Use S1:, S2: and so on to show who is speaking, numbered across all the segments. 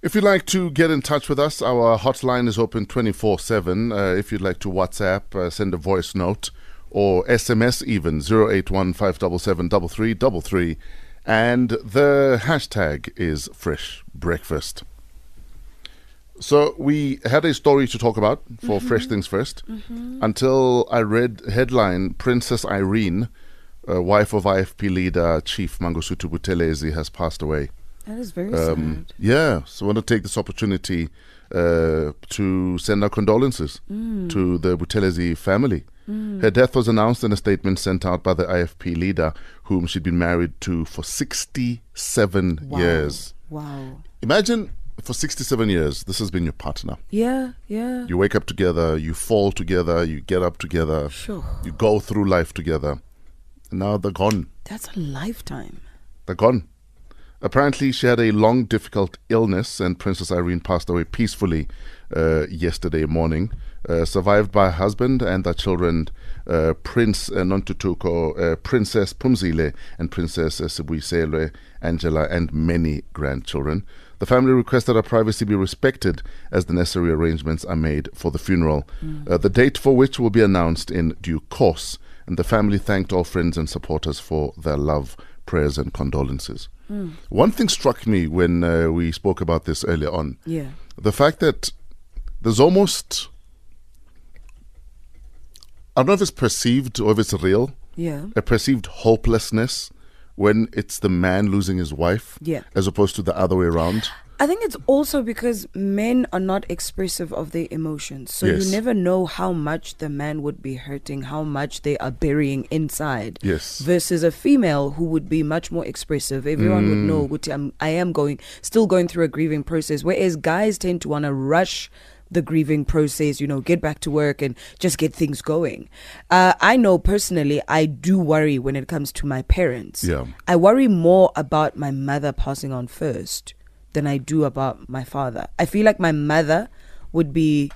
S1: If you'd like to get in touch with us, our hotline is open 24 7. If you'd like to WhatsApp, uh, send a voice note or SMS even 081 577 3333. And the hashtag is Fresh Breakfast. So we had a story to talk about for Fresh Things 1st until I read headline Princess Irene, uh, wife of IFP leader Chief Mangosuthu Buthelezi, has passed away.
S2: That is very
S1: Um,
S2: sad.
S1: yeah, so I want to take this opportunity uh, to send our condolences to the Buthelezi family. Her death was announced in a statement sent out by the IFP leader, whom she'd been married to for 67
S2: Wow.
S1: years.
S2: Wow.
S1: Imagine for 67 years, this has been your partner.
S2: Yeah, yeah.
S1: You wake up together, you fall together, you get up together,
S2: Sure.
S1: you go through life together. And now they're gone.
S2: That's a lifetime.
S1: They're gone. Apparently, she had a long, difficult illness, and Princess Irene passed away peacefully uh, yesterday morning, uh, survived by her husband and their children, uh, Prince uh, Nontutuko, uh, Princess Pumzile, and Princess uh, Sibuyiselwe, Angela, and many grandchildren. The family requests that her privacy be respected as the necessary arrangements are made for the funeral, uh, the date for which will be announced in due course. And the family thanked all friends and supporters for their love prayers and condolences. One thing struck me when uh, we spoke about this earlier on
S2: Yeah.
S1: the fact that there's almost, I don't know if it's perceived or if it's real,
S2: Yeah.
S1: a perceived hopelessness when it's the man losing his wife
S2: Yeah.
S1: as opposed to the other way around.
S2: I think it's also because men are not expressive of their emotions. So
S1: Yes.
S2: you never know how much the man would be hurting, how much they are burying inside.
S1: Yes.
S2: Versus a female who would be much more expressive. Everyone would know,
S1: Mm.
S2: "Ukuthi, I'm, I am going, still going through a grieving process. Whereas guys tend to want to rush the grieving process, you know, get back to work and just get things going. Uh, I know personally, I do worry when it comes to my parents.
S1: Yeah.
S2: I worry more about my mother passing on first than I do about my father. I feel like my mother would be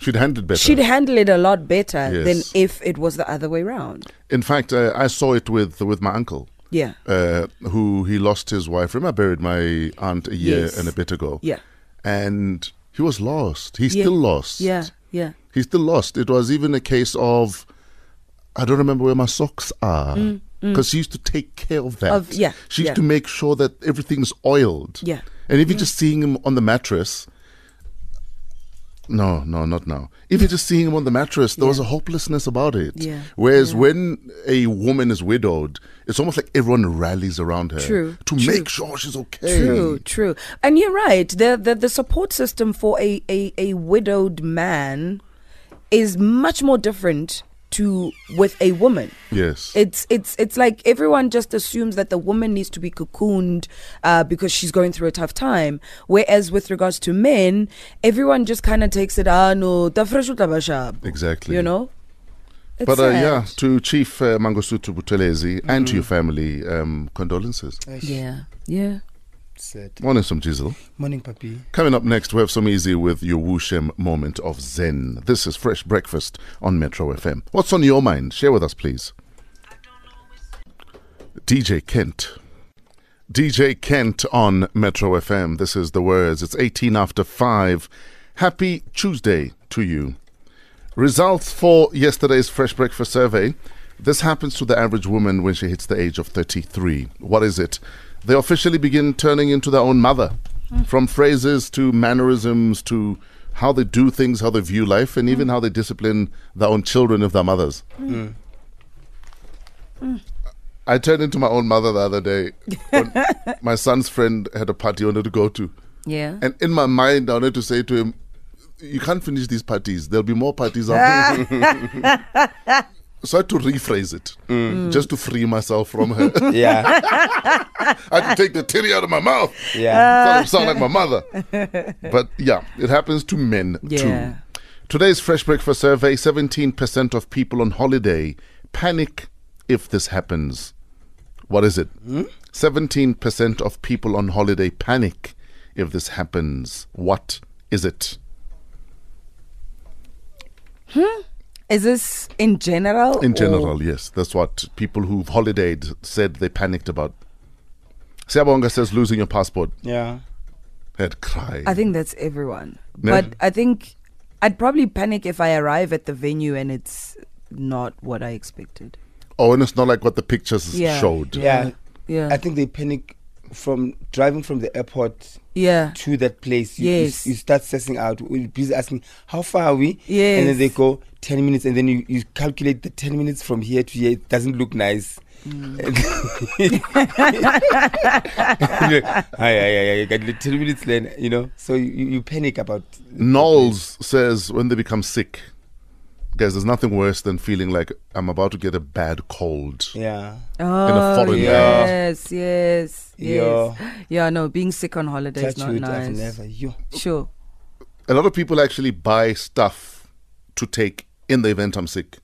S1: She'd handled better.
S2: she'd handle it a lot better
S1: Yes.
S2: than if it was the other way round.
S1: In fact, uh, I saw it with, with my uncle.
S2: Yeah.
S1: uh, who he lost his wife. Remember, I buried my aunt a year
S2: Yes.
S1: and a bit ago.
S2: Yeah.
S1: And he was lost. He's
S2: Yeah.
S1: still lost.
S2: Yeah. Yeah.
S1: He's still lost. It was even a case of, I don't remember where my socks are. Because she used to take care of that.
S2: Mm, Of- yeah,
S1: She used
S2: yeah.
S1: to make sure that everything's oiled.
S2: Yeah. Mm.
S1: And even just seeing him on the mattress. No, no, not now. Even just seeing him on the mattress, there was a hopelessness about it.
S2: Yeah,
S1: Whereas
S2: yeah.
S1: when a woman is widowed, it's almost like everyone rallies around her
S2: True,
S1: to
S2: true.
S1: make sure she's okay.
S2: True, true. And you're right. The the, the support system for a, a, a widowed man is much more different to with a woman.
S1: Yes.
S2: It's it's it's like everyone just assumes that the woman needs to be cocooned uh, because she's going through a tough time. Whereas with regards to men, everyone just kind of takes it. Ah no, ta fresh uta ba sharp."
S1: Exactly.
S2: You know. It's
S1: But uh,
S2: sad. Mm.
S1: yeah, to Chief uh, Mangosuthu Buthelezi and to your family, um, condolences.
S2: yeah, yeah.
S3: Sad.
S1: Morning, some Jizzle.
S3: Morning, puppy.
S1: Coming up next, we have some easy with your Wushem moment of Zen. This is Fresh Breakfast on Metro FM. What's on your mind? Share with us, please. DJ Kent. DJ Kent on Metro FM. This is the words. It's 18 after 5. Happy Tuesday to you. Results for yesterday's Fresh Breakfast survey. This happens to the average woman when she hits the age of 33. What is it? They officially begin turning into their own mother, from phrases to mannerisms to how they do things, how they view life, and even how they discipline their own children if they're mothers. I turned into my own mother the other day. when my son's friend had a party he wanted to go to.
S2: Yeah.
S1: And in my mind, I wanted to say to him, "You can't finish these parties. There'll be more parties after." so I had to rephrase it, just to free myself from her.
S3: Yeah,
S1: I had to take the titty out of my mouth.
S3: yeah.
S1: Thought
S2: Uh.
S1: I'd sound like my mother. But yeah, it happens to men
S2: Yeah.
S1: too. Today's Fresh Breakfast survey: seventeen percent of people on holiday panic if this happens. What is it?
S2: Hmm?
S1: Seventeen percent of people on holiday panic if this happens. What is it?
S2: Is this in general?
S1: In
S2: or-
S1: general, yes. That's what people who've holidayed said they panicked about. Siabonga says losing your passport.
S3: Yeah.
S1: had cried.
S2: I think that's everyone.
S1: No.
S2: But I think I'd probably panic if I arrive at the venue and it's not what I expected.
S1: oh, and it's not like what the pictures
S2: Yeah.
S1: showed.
S3: Yeah.
S2: Yeah.
S3: I think they panic from driving from the airport
S2: yeah.
S3: to that place. You,
S2: Yes.
S3: You, you start stressing out. You're busy asking, how far are we? And
S2: Yes.
S3: then they go 10 minutes, and then you, you calculate the 10 minutes from here to here. It doesn't look nice.
S2: Mm.
S3: Hi, hi, hi, hi, hi, 10 minutes then, you know. So you, you you panic about.
S1: Knowles says when they become sick, guys, there's nothing worse than feeling like I'm about to get a bad cold.
S3: Yeah.
S2: Oh,
S1: foreign
S3: Yeah.
S2: yes, yes, yes. Yeah.
S3: Yeah.
S2: no, being sick on holiday is
S3: Touch
S2: not
S3: wood,
S2: nice.
S3: I've never. Yo.
S2: Sure.
S1: A lot of people actually buy stuff to take in the event I'm sick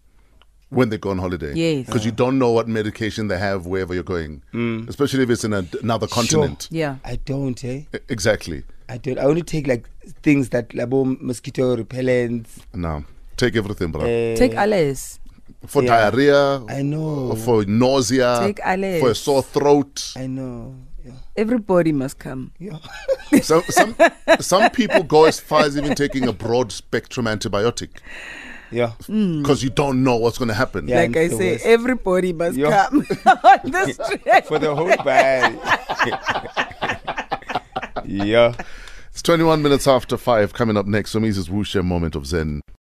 S1: when they go on holiday.
S2: Yes.
S1: Because you don't know what medication they have wherever you're going,
S3: Mm.
S1: especially if it's in a, another continent.
S2: Yeah.
S3: I don't, eh?
S1: E- Exactly.
S3: I don't. I only take like things that labo mosquito repellents.
S1: Now, take everything, bro.
S3: Uh,
S2: Take Alice.
S1: for
S3: yeah.
S1: diarrhea,
S3: I know.
S1: for nausea,
S2: Take Alex.
S1: for a sore throat.
S3: I know. Yeah.
S2: Everybody must come.
S3: Yeah.
S1: some, some, some people go as far as even taking a broad spectrum antibiotic
S3: yeah.
S1: because you don't know what's going to happen.
S3: Yeah.
S2: like I
S3: it's the
S2: say,
S3: worst.
S2: everybody must
S3: Yeah.
S2: come on this trip.
S3: For the whole body. yeah.
S1: It's 21 minutes after 5. Coming up next, Somi's Wusha moment of Zen.